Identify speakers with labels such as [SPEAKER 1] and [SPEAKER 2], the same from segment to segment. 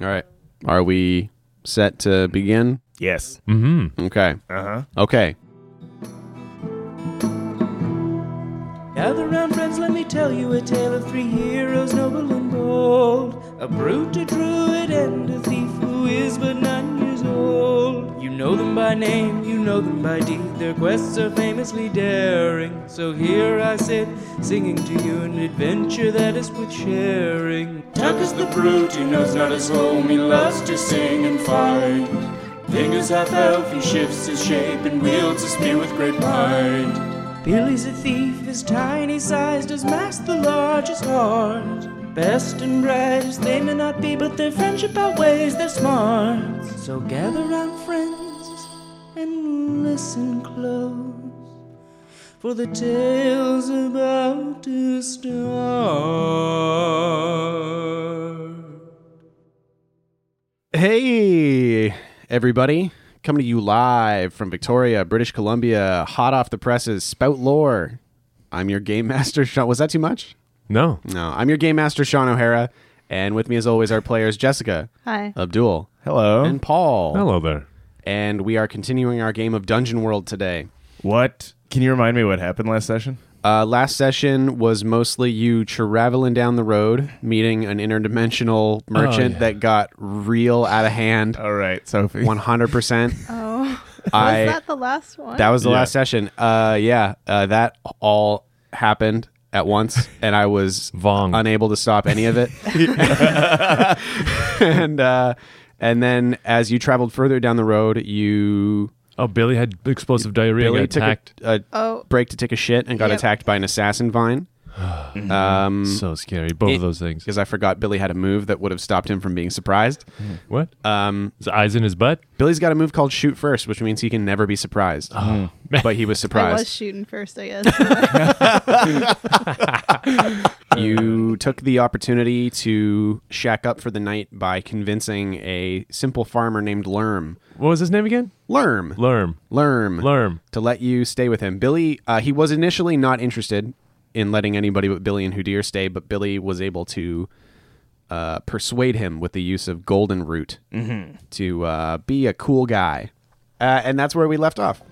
[SPEAKER 1] All right. Are we set to begin?
[SPEAKER 2] Yes.
[SPEAKER 3] Mm-hmm.
[SPEAKER 1] Okay.
[SPEAKER 2] Uh huh.
[SPEAKER 1] Okay.
[SPEAKER 4] Gather round, friends, let me tell you a tale of three heroes, noble and bold. A brute, a druid, and a thief who is but nine years old. You know them by name, you know them by deed. Their quests are famously daring. So here I sit, singing to you an adventure that is worth sharing. Tuck is the brute, he knows not his home, he loves to sing and fight. Fingers half elf, he shifts his shape and wields a spear with great might. Billy's a thief, his tiny size does mask the largest heart. Best and brightest they may not be, but their friendship outweighs their smarts. So gather round, friends, and listen close, for the tale's about to start.
[SPEAKER 1] Hey, everybody. Coming to you live from Victoria, British Columbia, hot off the presses, spout lore. I'm your game master, Sean. Was that too much?
[SPEAKER 3] No.
[SPEAKER 1] No. I'm your game master, Sean O'Hara. And with me, as always, our players, Jessica,
[SPEAKER 5] Hi.
[SPEAKER 1] Abdul,
[SPEAKER 2] Hello.
[SPEAKER 1] and Paul.
[SPEAKER 3] Hello there.
[SPEAKER 1] And we are continuing our game of Dungeon World today.
[SPEAKER 2] what? Can you remind me what happened last session?
[SPEAKER 1] Uh, last session was mostly you traveling down the road, meeting an interdimensional merchant
[SPEAKER 3] yeah.
[SPEAKER 1] that got real out of hand.
[SPEAKER 2] All right, Sophie.
[SPEAKER 1] One hundred percent.
[SPEAKER 5] Oh,
[SPEAKER 1] I
[SPEAKER 5] was that the last one?
[SPEAKER 1] that was the
[SPEAKER 2] Yeah.
[SPEAKER 1] last session. Uh, yeah, uh, that all happened at once, and I was
[SPEAKER 3] Vong.
[SPEAKER 1] unable to stop any of it. and uh, and then as you traveled further down the road, you
[SPEAKER 3] Oh, Billy had explosive diarrhea.
[SPEAKER 1] Billy
[SPEAKER 3] got
[SPEAKER 1] took a,
[SPEAKER 3] attacked.
[SPEAKER 1] a
[SPEAKER 5] oh,
[SPEAKER 1] break to take a shit and got
[SPEAKER 5] Yep.
[SPEAKER 1] attacked by an assassin vine. um,
[SPEAKER 3] so scary. Both of those things.
[SPEAKER 1] because I forgot Billy had a move that would have stopped him from being surprised.
[SPEAKER 3] What?
[SPEAKER 1] Um,
[SPEAKER 3] His eyes in his butt.
[SPEAKER 1] Billy's got a move called shoot first, which means he can never be surprised. But he was
[SPEAKER 5] I was
[SPEAKER 1] surprised.
[SPEAKER 5] shooting first, I guess.
[SPEAKER 1] you took the opportunity to shack up for the night by convincing a simple farmer named Lerm.
[SPEAKER 3] What was his name again?
[SPEAKER 1] Lerm.
[SPEAKER 3] Lerm.
[SPEAKER 1] Lerm.
[SPEAKER 3] Lerm.
[SPEAKER 1] To let you stay with him. Billy, uh, he was initially not interested in letting anybody but Billy and Houdir stay, but Billy was able to uh, persuade him with the use of Golden Root to uh, be a cool guy. Uh, and that's where we left off.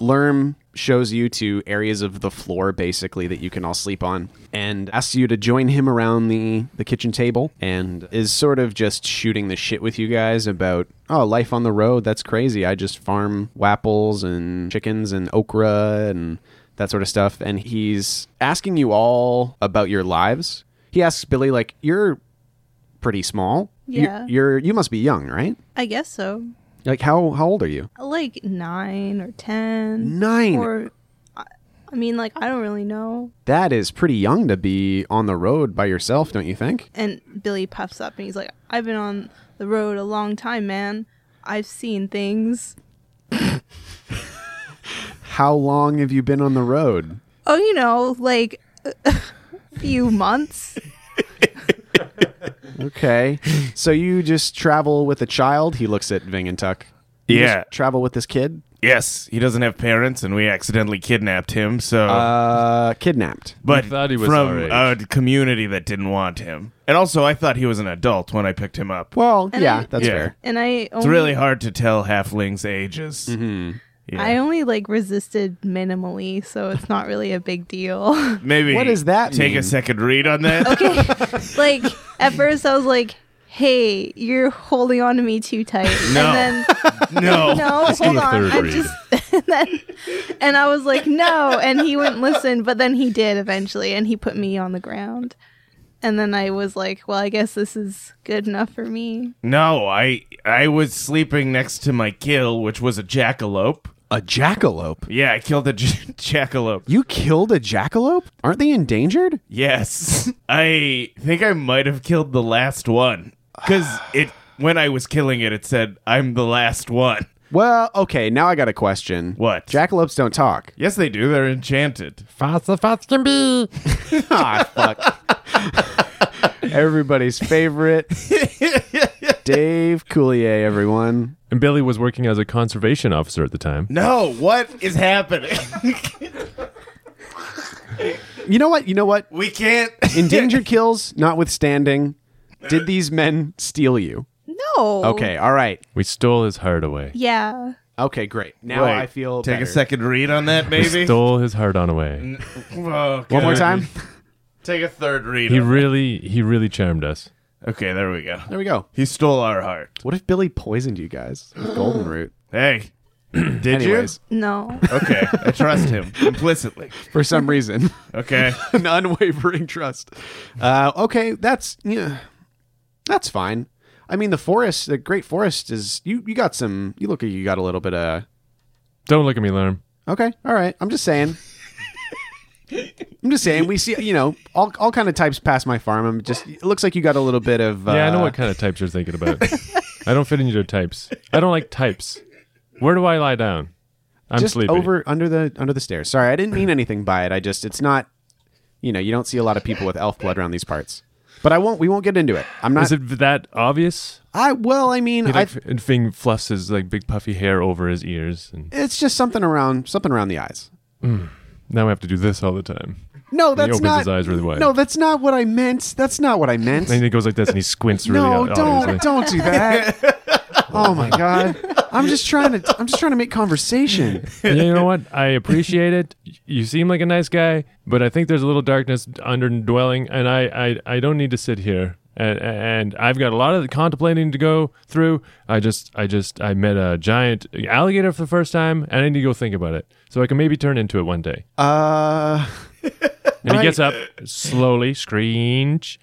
[SPEAKER 1] Lerm shows you to areas of the floor basically that you can all sleep on and asks you to join him around the, the kitchen table and is sort of just shooting the shit with you guys about oh life on the road that's crazy I just farm wapples and chickens and okra and that sort of stuff and he's asking you all about your lives. He asks Billy like you're pretty small. You-
[SPEAKER 5] Yeah.
[SPEAKER 1] You're you must be young, right?
[SPEAKER 5] I guess so.
[SPEAKER 1] Like how how old are you?
[SPEAKER 5] Like nine or ten.
[SPEAKER 1] Nine.
[SPEAKER 5] Or, I- I mean, like I don't really know.
[SPEAKER 1] That is pretty young to be on the road by yourself, don't you think?
[SPEAKER 5] And Billy puffs up and he's like, "I've been on the road a long time, man. I've seen things.
[SPEAKER 1] How long have you been on the road?
[SPEAKER 5] Oh, you know, like." few months
[SPEAKER 1] Okay. so you just travel with a child? He looks at Ving and Tuck. You
[SPEAKER 2] Yeah.
[SPEAKER 1] just travel with this kid?
[SPEAKER 2] yes, he doesn't have parents, and we accidentally kidnapped him. So,
[SPEAKER 1] Uh, kidnapped.
[SPEAKER 2] but
[SPEAKER 3] We thought he was
[SPEAKER 2] from
[SPEAKER 3] our
[SPEAKER 2] a community that didn't want him, and also I thought he was an adult when I picked him up.
[SPEAKER 1] Well,
[SPEAKER 5] And
[SPEAKER 1] yeah,
[SPEAKER 5] I-
[SPEAKER 1] that's
[SPEAKER 2] Yeah.
[SPEAKER 1] fair.
[SPEAKER 5] and i only,
[SPEAKER 2] It's really hard to tell halflings' ages.
[SPEAKER 3] Mm-hmm.
[SPEAKER 2] Yeah.
[SPEAKER 5] i only like resisted minimally so it's not really a big deal
[SPEAKER 2] Maybe
[SPEAKER 1] What does that
[SPEAKER 2] take
[SPEAKER 1] mean?
[SPEAKER 2] a second read on that.
[SPEAKER 5] okay. like at first I was like, "Hey, you're holding on to me too tight."
[SPEAKER 2] No. Oh,
[SPEAKER 5] And
[SPEAKER 2] No,
[SPEAKER 5] then no, hold
[SPEAKER 3] do a
[SPEAKER 5] on.
[SPEAKER 3] third
[SPEAKER 5] I'm
[SPEAKER 3] read.
[SPEAKER 5] just and then and I was like, "No," and he wouldn't listen, but then he did eventually and he put me on the ground. And then I was like, "Well, I guess this is good enough for me."
[SPEAKER 2] no. I I was sleeping next to my kill, which was a jackalope.
[SPEAKER 1] A jackalope?
[SPEAKER 2] Yeah, I killed a j- jackalope.
[SPEAKER 1] You killed a jackalope? Aren't they endangered?
[SPEAKER 2] Yes. I think I might have killed the last one. Because it when I was killing it, it said, I'm the last one.
[SPEAKER 1] Well, okay, now I got a question.
[SPEAKER 2] What?
[SPEAKER 1] Jackalopes don't talk.
[SPEAKER 2] Yes, they do. They're enchanted.
[SPEAKER 3] Fast as fast can be.
[SPEAKER 1] ah, fuck. Everybody's favorite. Dave Coulier, everyone.
[SPEAKER 3] And Billy was working as a conservation officer at the time.
[SPEAKER 2] No, what is happening?
[SPEAKER 1] You know what? You know what?
[SPEAKER 2] We can't.
[SPEAKER 1] Endangered kills, notwithstanding, did these men steal you?
[SPEAKER 5] No.
[SPEAKER 1] Okay, all right.
[SPEAKER 3] We stole his heart away.
[SPEAKER 5] Yeah.
[SPEAKER 1] Okay, great. Now
[SPEAKER 2] Wait,
[SPEAKER 1] I feel
[SPEAKER 2] Take
[SPEAKER 1] better.
[SPEAKER 2] a second read on that, maybe.
[SPEAKER 3] We stole his heart on away.
[SPEAKER 1] One more time.
[SPEAKER 2] Take a third read.
[SPEAKER 3] He
[SPEAKER 2] on
[SPEAKER 3] really, he really charmed us.
[SPEAKER 2] it. okay, there we go.
[SPEAKER 1] There we go.
[SPEAKER 2] He stole our heart.
[SPEAKER 1] What if Billy poisoned you guys with golden root?
[SPEAKER 2] Hey, did
[SPEAKER 1] Anyways,
[SPEAKER 5] No.
[SPEAKER 2] you? Okay, I trust him implicitly.
[SPEAKER 1] for some reason,
[SPEAKER 2] Okay,
[SPEAKER 1] an unwavering trust. Uh, okay, that's yeah, that's fine. I mean, the forest, the great forest, is you. You got some. You look, you got a little bit of.
[SPEAKER 3] Don't look at me, Lerm.
[SPEAKER 1] Okay, all right. I'm just saying. I'm just saying. We see, you know, all all kind of types pass my farm. I'm just. It looks like you got a little bit of. Uh,
[SPEAKER 3] Yeah, I know what kind of types you're thinking about. I don't fit into your types. I don't like types. Where do I lie down? I'm
[SPEAKER 1] just
[SPEAKER 3] sleeping.
[SPEAKER 1] over under the under the stairs. Sorry, I didn't mean anything by it. I just it's not you know, you don't see a lot of people with elf blood around these parts. But I won't we won't get into it. I'm not
[SPEAKER 3] Is it that obvious?
[SPEAKER 1] I well, I mean,
[SPEAKER 3] He
[SPEAKER 1] I,
[SPEAKER 3] like f- Fing fluffs his like big puffy hair over his ears, and
[SPEAKER 1] it's just something around something around the eyes.
[SPEAKER 3] now we have to do this all the time.
[SPEAKER 1] No, that's
[SPEAKER 3] opens
[SPEAKER 1] not
[SPEAKER 3] his eyes really wide.
[SPEAKER 1] No, that's not what I meant. That's not what I meant.
[SPEAKER 3] And he goes like this, and he squints really
[SPEAKER 1] no,
[SPEAKER 3] out-
[SPEAKER 1] don't
[SPEAKER 3] obviously.
[SPEAKER 1] don't do that. oh my god. I'm just trying to I'm just trying to make conversation.
[SPEAKER 3] Yeah, you know what? I appreciate it. You seem like a nice guy, but I think there's a little darkness underdwelling, and I, I, I don't need to sit here. And, and I've got a lot of contemplating to go through. I just, I just, I met a giant alligator for the first time, and I need to go think about it, so I can maybe turn into it one day.
[SPEAKER 1] Uh
[SPEAKER 3] And he gets up slowly, screech,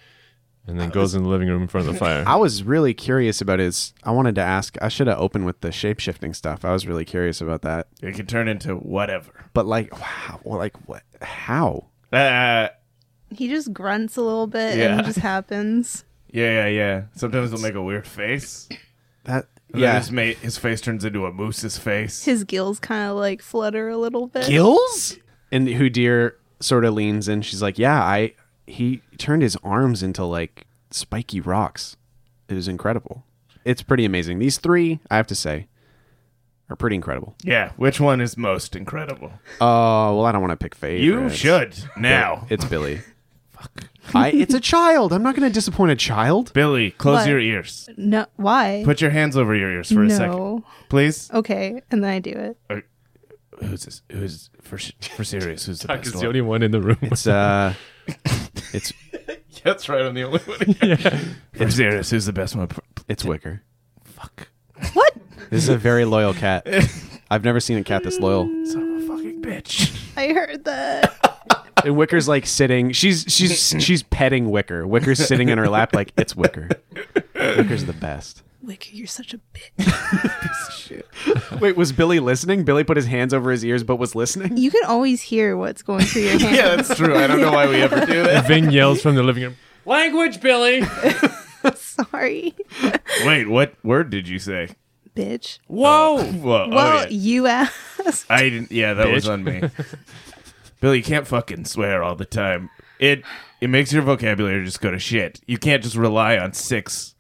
[SPEAKER 3] and then goes in the living room in front of the fire.
[SPEAKER 1] I was really curious about his. I wanted to ask. I should have opened with the shape shifting stuff. I was really curious about that.
[SPEAKER 2] it can turn into whatever.
[SPEAKER 1] But like, wow, well, like what? How?
[SPEAKER 2] Uh,
[SPEAKER 5] He just grunts a little bit and
[SPEAKER 2] Yeah.
[SPEAKER 5] it just happens.
[SPEAKER 2] yeah, yeah, yeah. Sometimes he'll make a weird face.
[SPEAKER 1] That?
[SPEAKER 2] And then
[SPEAKER 1] yeah.
[SPEAKER 2] his, ma- his face turns into a moose's face.
[SPEAKER 5] His gills kind of like flutter a little bit.
[SPEAKER 1] Gills? And Houdir sort of leans in. She's like, "Yeah, I." He turned his arms into like spiky rocks. It was incredible. It's pretty amazing. These three, I have to say, are pretty incredible.
[SPEAKER 2] yeah, which one is most incredible?
[SPEAKER 1] Oh well, I don't want to pick favorites.
[SPEAKER 2] You should now.
[SPEAKER 1] It's Billy. Fuck. I. It's a child. I'm not going to disappoint a child.
[SPEAKER 2] Billy, close
[SPEAKER 5] What?
[SPEAKER 2] your ears.
[SPEAKER 5] No. Why?
[SPEAKER 2] Put your hands over your ears for a second,
[SPEAKER 5] no.
[SPEAKER 2] please.
[SPEAKER 5] Okay. And then I do it.
[SPEAKER 2] Who's this? Who's for s- for serious? Who's the
[SPEAKER 3] Tuck is
[SPEAKER 2] best
[SPEAKER 3] the
[SPEAKER 2] one?
[SPEAKER 3] only one in the room.
[SPEAKER 1] It's uh. it's
[SPEAKER 2] That's right. I'm the only one. For serious, who's the best one?
[SPEAKER 1] it's Wicker.
[SPEAKER 2] Fuck.
[SPEAKER 5] What?
[SPEAKER 1] This is a very loyal cat. I've never seen a cat this loyal.
[SPEAKER 2] Son of a fucking bitch.
[SPEAKER 5] I heard that.
[SPEAKER 1] And Wicker's like sitting. She's she's she's petting Wicker. Wicker's sitting in her lap like it's Wicker. Wicker's the best.
[SPEAKER 5] Wicker, you're such a bitch.
[SPEAKER 1] Wait, was Billy listening? Billy put his hands over his ears but was listening?
[SPEAKER 5] You can always hear what's going through your hand.
[SPEAKER 2] Yeah, that's true. I don't know why we ever do that.
[SPEAKER 3] Ving yells from the living room. Language, Billy.
[SPEAKER 5] Sorry.
[SPEAKER 2] Wait, what word did you say?
[SPEAKER 5] bitch.
[SPEAKER 3] Whoa.
[SPEAKER 2] Whoa. oh,
[SPEAKER 5] Well,
[SPEAKER 2] yeah.
[SPEAKER 5] you asked.
[SPEAKER 2] I didn't. Yeah, that was
[SPEAKER 3] Bitch.
[SPEAKER 2] on me. Billy, you can't fucking swear all the time. It it makes your vocabulary just go to shit. You can't just rely on six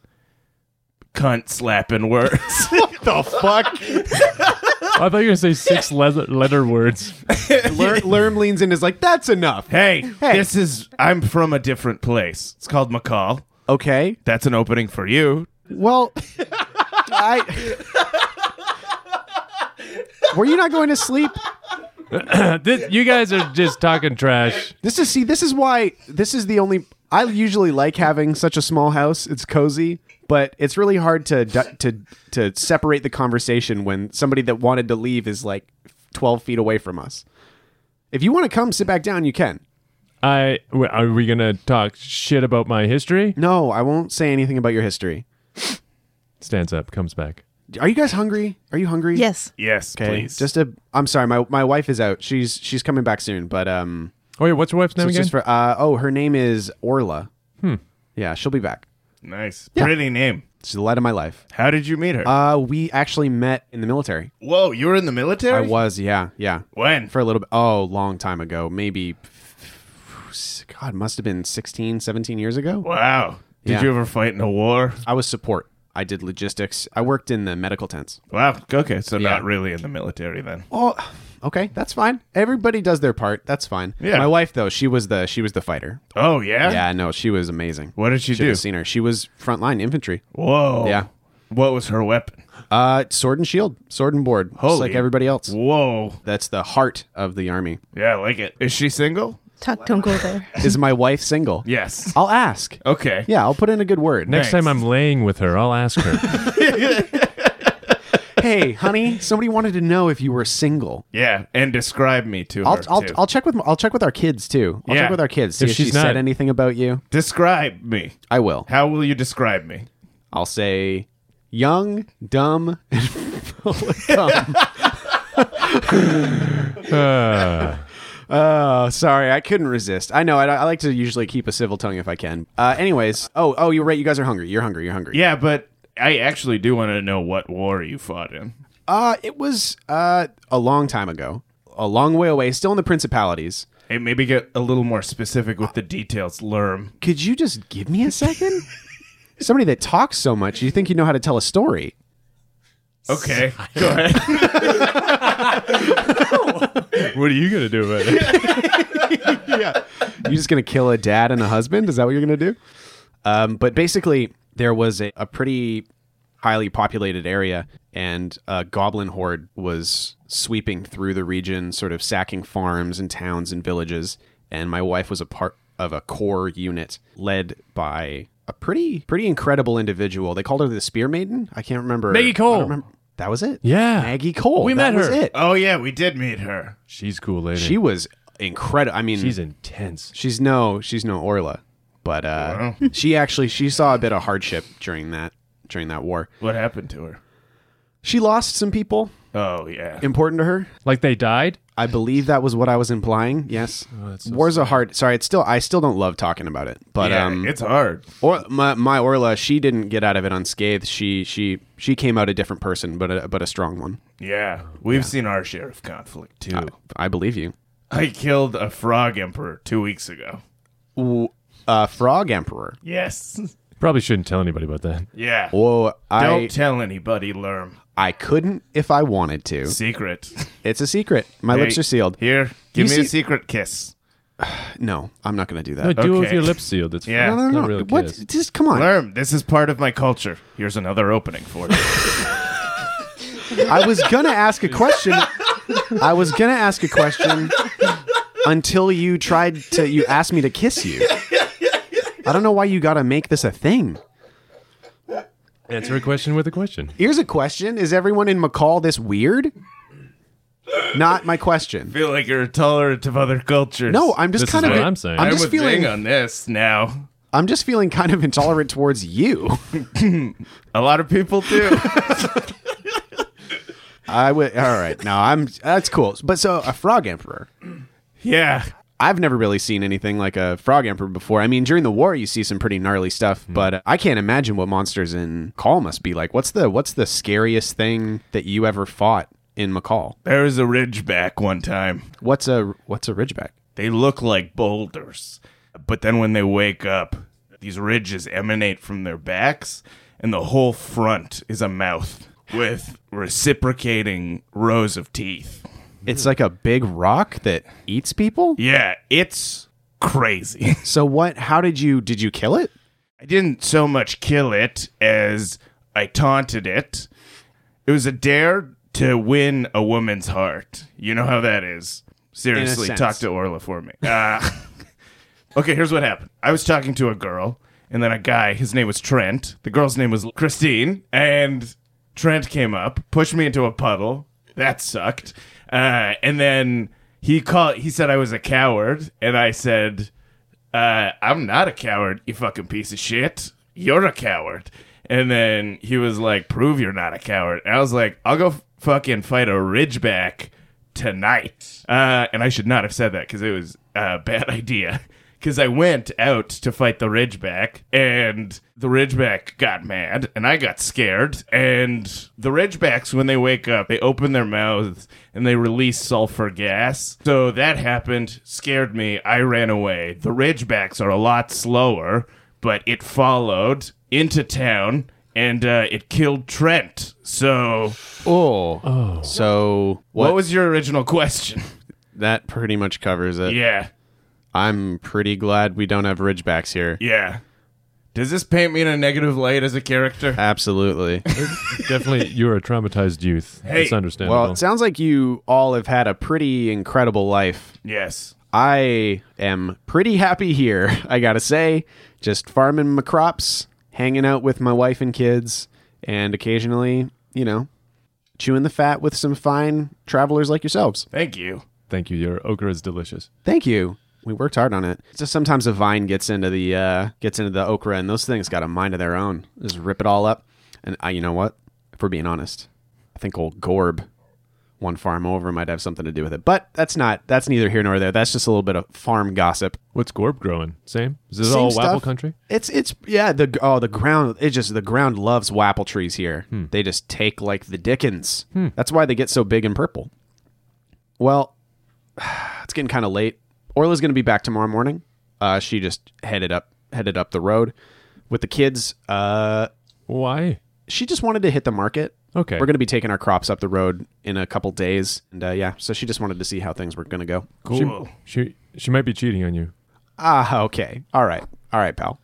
[SPEAKER 2] cunt slapping words.
[SPEAKER 1] What the fuck?
[SPEAKER 3] Oh, I thought you were gonna say six leather, letter words.
[SPEAKER 1] Lerm, Lerm leans in and is like, that's enough.
[SPEAKER 2] hey, this is I'm from a different place. It's called McCall.
[SPEAKER 1] Okay.
[SPEAKER 2] That's an opening for you.
[SPEAKER 1] Well I Were you not going to sleep?
[SPEAKER 3] This, you guys are just talking trash.
[SPEAKER 1] This is see. This is why. This is the only. I usually like having such a small house. It's cozy, but it's really hard to du- to to separate the conversation when somebody that wanted to leave is like twelve feet away from us. If you want to come, sit back down. You can.
[SPEAKER 3] I w- are we gonna talk shit about my history?
[SPEAKER 1] No, I won't say anything about your history.
[SPEAKER 3] Stands up, comes back.
[SPEAKER 1] Are you guys hungry? Are you hungry?
[SPEAKER 5] yes.
[SPEAKER 2] Yes,
[SPEAKER 1] Okay.
[SPEAKER 2] please.
[SPEAKER 1] Just a. I'm sorry. My my wife is out. She's she's coming back soon. But um.
[SPEAKER 3] Oh yeah, what's your wife's
[SPEAKER 1] so
[SPEAKER 3] name
[SPEAKER 1] it's
[SPEAKER 3] again?
[SPEAKER 1] just for uh. Oh, her name is Orla. Hmm. Yeah, she'll be back.
[SPEAKER 2] nice, pretty name.
[SPEAKER 1] She's the light of my life.
[SPEAKER 2] How did you meet her?
[SPEAKER 1] Uh, we actually met in the military.
[SPEAKER 2] Whoa, you were in the military.
[SPEAKER 1] I was, yeah, yeah.
[SPEAKER 2] When?
[SPEAKER 1] For a little bit. Oh, long time ago. Maybe, God, must have been 16, 17 years ago.
[SPEAKER 2] wow. Did
[SPEAKER 1] Yeah.
[SPEAKER 2] you ever fight in a war?
[SPEAKER 1] I was support. I did logistics. I worked in the medical tents.
[SPEAKER 2] Wow. Okay. So
[SPEAKER 1] Yeah.
[SPEAKER 2] not really in the military then.
[SPEAKER 1] Oh, okay, that's fine. Everybody does their part. That's fine.
[SPEAKER 2] Yeah.
[SPEAKER 1] My wife though, she was the she was the fighter.
[SPEAKER 2] Oh yeah.
[SPEAKER 1] Yeah, no, she was amazing.
[SPEAKER 2] What did she
[SPEAKER 1] Should
[SPEAKER 2] do?
[SPEAKER 1] have seen her. She was frontline infantry.
[SPEAKER 2] Whoa.
[SPEAKER 1] Yeah.
[SPEAKER 2] What was her weapon?
[SPEAKER 1] Uh, sword and shield, sword and board, just
[SPEAKER 2] Holy-
[SPEAKER 1] like everybody else.
[SPEAKER 2] Whoa.
[SPEAKER 1] That's the heart of the army.
[SPEAKER 2] Yeah, I like it. Is she single?
[SPEAKER 5] Tuck, don't go there.
[SPEAKER 1] Is my wife single?
[SPEAKER 2] Yes.
[SPEAKER 1] I'll ask.
[SPEAKER 2] Okay.
[SPEAKER 1] Yeah, I'll put in a good word.
[SPEAKER 3] Next
[SPEAKER 2] Thanks.
[SPEAKER 3] time I'm laying with her, I'll ask her.
[SPEAKER 1] hey, honey, somebody wanted to know if you were single.
[SPEAKER 2] Yeah, and describe me to
[SPEAKER 1] I'll,
[SPEAKER 2] her.
[SPEAKER 1] I'll,
[SPEAKER 2] too.
[SPEAKER 1] I'll check with I'll check with our kids too. I'll
[SPEAKER 2] Yeah.
[SPEAKER 1] check with our kids. See
[SPEAKER 3] If
[SPEAKER 1] if, she
[SPEAKER 3] she's
[SPEAKER 1] said
[SPEAKER 3] not-
[SPEAKER 1] anything about you.
[SPEAKER 2] describe me.
[SPEAKER 1] I will.
[SPEAKER 2] How will you describe me?
[SPEAKER 1] I'll say young, dumb, and full of cum.
[SPEAKER 3] Uh,
[SPEAKER 1] Oh, sorry, I couldn't resist. I know. I, I like to usually keep a civil tongue if I can. Uh, anyways, oh, oh, you're right. You guys are hungry. You're hungry. You're hungry.
[SPEAKER 2] Yeah, but I actually do want to know what war you fought in.
[SPEAKER 1] Uh, it was uh a long time ago, a long way away, still in the principalities.
[SPEAKER 2] Hey, maybe get a little more specific with the details, Lerm.
[SPEAKER 1] Could you just give me a second? Somebody that talks so much, you think you know how to tell a story?
[SPEAKER 2] Okay, go ahead.
[SPEAKER 3] what are you gonna do about it?
[SPEAKER 1] You're just gonna kill a dad and a husband? Is that what you're gonna do? Um, but basically, there was a, a pretty highly populated area, and a goblin horde was sweeping through the region, sort of sacking farms and towns and villages. And my wife was a part of a core unit led by a pretty, pretty incredible individual. They called her the Spear Maiden. I can't remember.
[SPEAKER 3] Maggie
[SPEAKER 1] I don't
[SPEAKER 3] Cole.
[SPEAKER 1] remember- That was it.
[SPEAKER 3] Yeah.
[SPEAKER 1] Maggie Cole.
[SPEAKER 3] We
[SPEAKER 1] That
[SPEAKER 3] met
[SPEAKER 1] was
[SPEAKER 3] her.
[SPEAKER 1] It.
[SPEAKER 2] Oh yeah, we did meet her.
[SPEAKER 3] She's cool lady.
[SPEAKER 1] She was incredible. I mean,
[SPEAKER 3] She's intense.
[SPEAKER 1] She's no, she's no Orla, but uh, she actually she saw a bit of hardship during that during that war.
[SPEAKER 2] What happened to her?
[SPEAKER 1] She lost some people
[SPEAKER 2] Oh yeah.
[SPEAKER 1] important to her.
[SPEAKER 3] Like they died.
[SPEAKER 1] I believe that was what I was implying. Yes,
[SPEAKER 3] Oh, that's so
[SPEAKER 1] war's a hard. Sorry, it's still I still don't love talking about it, but
[SPEAKER 2] yeah,
[SPEAKER 1] um,
[SPEAKER 2] it's hard.
[SPEAKER 1] or my, my Orla, she didn't get out of it unscathed. She she she came out a different person, but a, but a strong one.
[SPEAKER 2] Yeah, we've seen our share of conflict too.
[SPEAKER 1] I believe you.
[SPEAKER 2] I killed a frog emperor two weeks ago.
[SPEAKER 1] W- Uh, Frog Emperor.
[SPEAKER 2] Yes.
[SPEAKER 3] Probably shouldn't tell anybody about that.
[SPEAKER 2] Yeah.
[SPEAKER 1] Whoa,
[SPEAKER 2] Don't
[SPEAKER 1] I
[SPEAKER 2] tell anybody, Lerm.
[SPEAKER 1] I couldn't if I wanted to.
[SPEAKER 2] Secret.
[SPEAKER 1] It's a secret. My lips
[SPEAKER 2] Hey,
[SPEAKER 1] are sealed.
[SPEAKER 2] Here, give
[SPEAKER 1] You
[SPEAKER 2] me a
[SPEAKER 1] see-
[SPEAKER 2] secret kiss.
[SPEAKER 1] No, I'm not going to do that.
[SPEAKER 3] No, do it with
[SPEAKER 2] Okay.
[SPEAKER 3] your lips sealed. It's
[SPEAKER 2] Yeah.
[SPEAKER 1] No, no, no.
[SPEAKER 3] Not really a
[SPEAKER 1] what?
[SPEAKER 3] kiss.
[SPEAKER 1] Just come on.
[SPEAKER 2] Lerm, this is part of my culture. Here's another opening for you.
[SPEAKER 1] I was gonna ask a question. I was gonna ask a question until you tried to. You asked me to kiss you. I don't know why you got to make this a thing.
[SPEAKER 3] Answer a question with a question.
[SPEAKER 1] Here's a question: Is everyone in McCall this weird? Not my question.
[SPEAKER 2] feel like you're tolerant of other cultures.
[SPEAKER 1] No, I'm just
[SPEAKER 3] This is
[SPEAKER 1] kind of.
[SPEAKER 3] what I'm saying.
[SPEAKER 1] I'm
[SPEAKER 2] I'm
[SPEAKER 1] just
[SPEAKER 2] with
[SPEAKER 1] feeling.
[SPEAKER 2] Bing on this now.
[SPEAKER 1] I'm just feeling kind of intolerant towards you.
[SPEAKER 2] A lot of people do.
[SPEAKER 1] I would. All right. No, I'm. That's cool. But so a frog emperor.
[SPEAKER 2] yeah.
[SPEAKER 1] I've never really seen anything like a frog emperor before. I mean, during the war, you see some pretty gnarly stuff,
[SPEAKER 2] Hmm.
[SPEAKER 1] but I can't imagine what monsters in Call must be like. What's the what's the scariest thing that you ever fought in McCall?
[SPEAKER 2] There was a ridgeback one time.
[SPEAKER 1] What's a what's a ridgeback?
[SPEAKER 2] They look like boulders. But then when they wake up, these ridges emanate from their backs, and the whole front is a mouth with reciprocating rows of teeth.
[SPEAKER 1] It's like a big rock that eats people.
[SPEAKER 2] Yeah, it's crazy.
[SPEAKER 1] So what? How did you did you kill it?
[SPEAKER 2] I didn't so much kill it as I taunted it. It was a dare to win a woman's heart. You know how that is. Seriously,
[SPEAKER 1] sense.
[SPEAKER 2] talk to Orla for me. Uh, okay, here's what happened. I was talking to a girl, and then a guy, his name was Trent. The girl's name was Christine, and Trent came up, pushed me into a puddle. That sucked. Uh, and then he called. He said I was a coward, and I said, uh, I'm not a coward, you fucking piece of shit. You're a coward. And then he was like, prove you're not a coward. And I was like, I'll go f- fucking fight a Ridgeback tonight. Uh, and I should not have said that because it was a bad idea. Because I went out to fight the Ridgeback, and the Ridgeback got mad, and I got scared. And the Ridgebacks, when they wake up, they open their mouths and they release sulfur gas. So that happened, scared me. I ran away. The Ridgebacks are a lot slower, but it followed into town and uh, it killed Trent. So,
[SPEAKER 1] Oh. So what,
[SPEAKER 2] what was your original question?
[SPEAKER 1] that pretty much covers it.
[SPEAKER 2] yeah,
[SPEAKER 1] I'm pretty glad we don't have ridgebacks here.
[SPEAKER 2] yeah. Does this paint me in a negative light as a character?
[SPEAKER 1] Uh, Absolutely.
[SPEAKER 3] Definitely, you're a traumatized youth.
[SPEAKER 2] Hey,
[SPEAKER 3] it's understandable.
[SPEAKER 1] well, it sounds like you all have had a pretty incredible life.
[SPEAKER 2] yes.
[SPEAKER 1] I am pretty happy here, I gotta say. Just farming my crops, hanging out with my wife and kids, and occasionally, you know, chewing the fat with some fine travelers like yourselves.
[SPEAKER 2] Thank you.
[SPEAKER 3] Thank you. Your okra is delicious.
[SPEAKER 1] Thank you. We worked hard on it. It's just sometimes a vine gets into the uh, gets into the okra, and those things got a mind of their own. Just rip it all up, and I, you know what? If we're being honest, I think old Gorb, one farm over, might have something to do with it. But that's not that's neither here nor there. That's just a little bit of farm gossip.
[SPEAKER 3] What's Gorb growing? Same? Is this
[SPEAKER 1] Same
[SPEAKER 3] all
[SPEAKER 1] stuff.
[SPEAKER 3] Wapple country?
[SPEAKER 1] It's it's yeah the oh the ground it just the ground loves wapple trees here.
[SPEAKER 3] Hmm.
[SPEAKER 1] They just take like the Dickens. That's why they get so big and purple. Well, it's getting kind of late. Orla's going to be back tomorrow morning. Uh, she just headed up headed up the road with the kids. Uh,
[SPEAKER 3] Why?
[SPEAKER 1] she just wanted to hit the market.
[SPEAKER 3] Okay.
[SPEAKER 1] We're going to be taking our crops up the road in a couple days, and uh, yeah, so she just wanted to see how things were going to go.
[SPEAKER 2] Cool.
[SPEAKER 3] She she might be cheating on you.
[SPEAKER 1] Ah, okay, all right, all right, pal.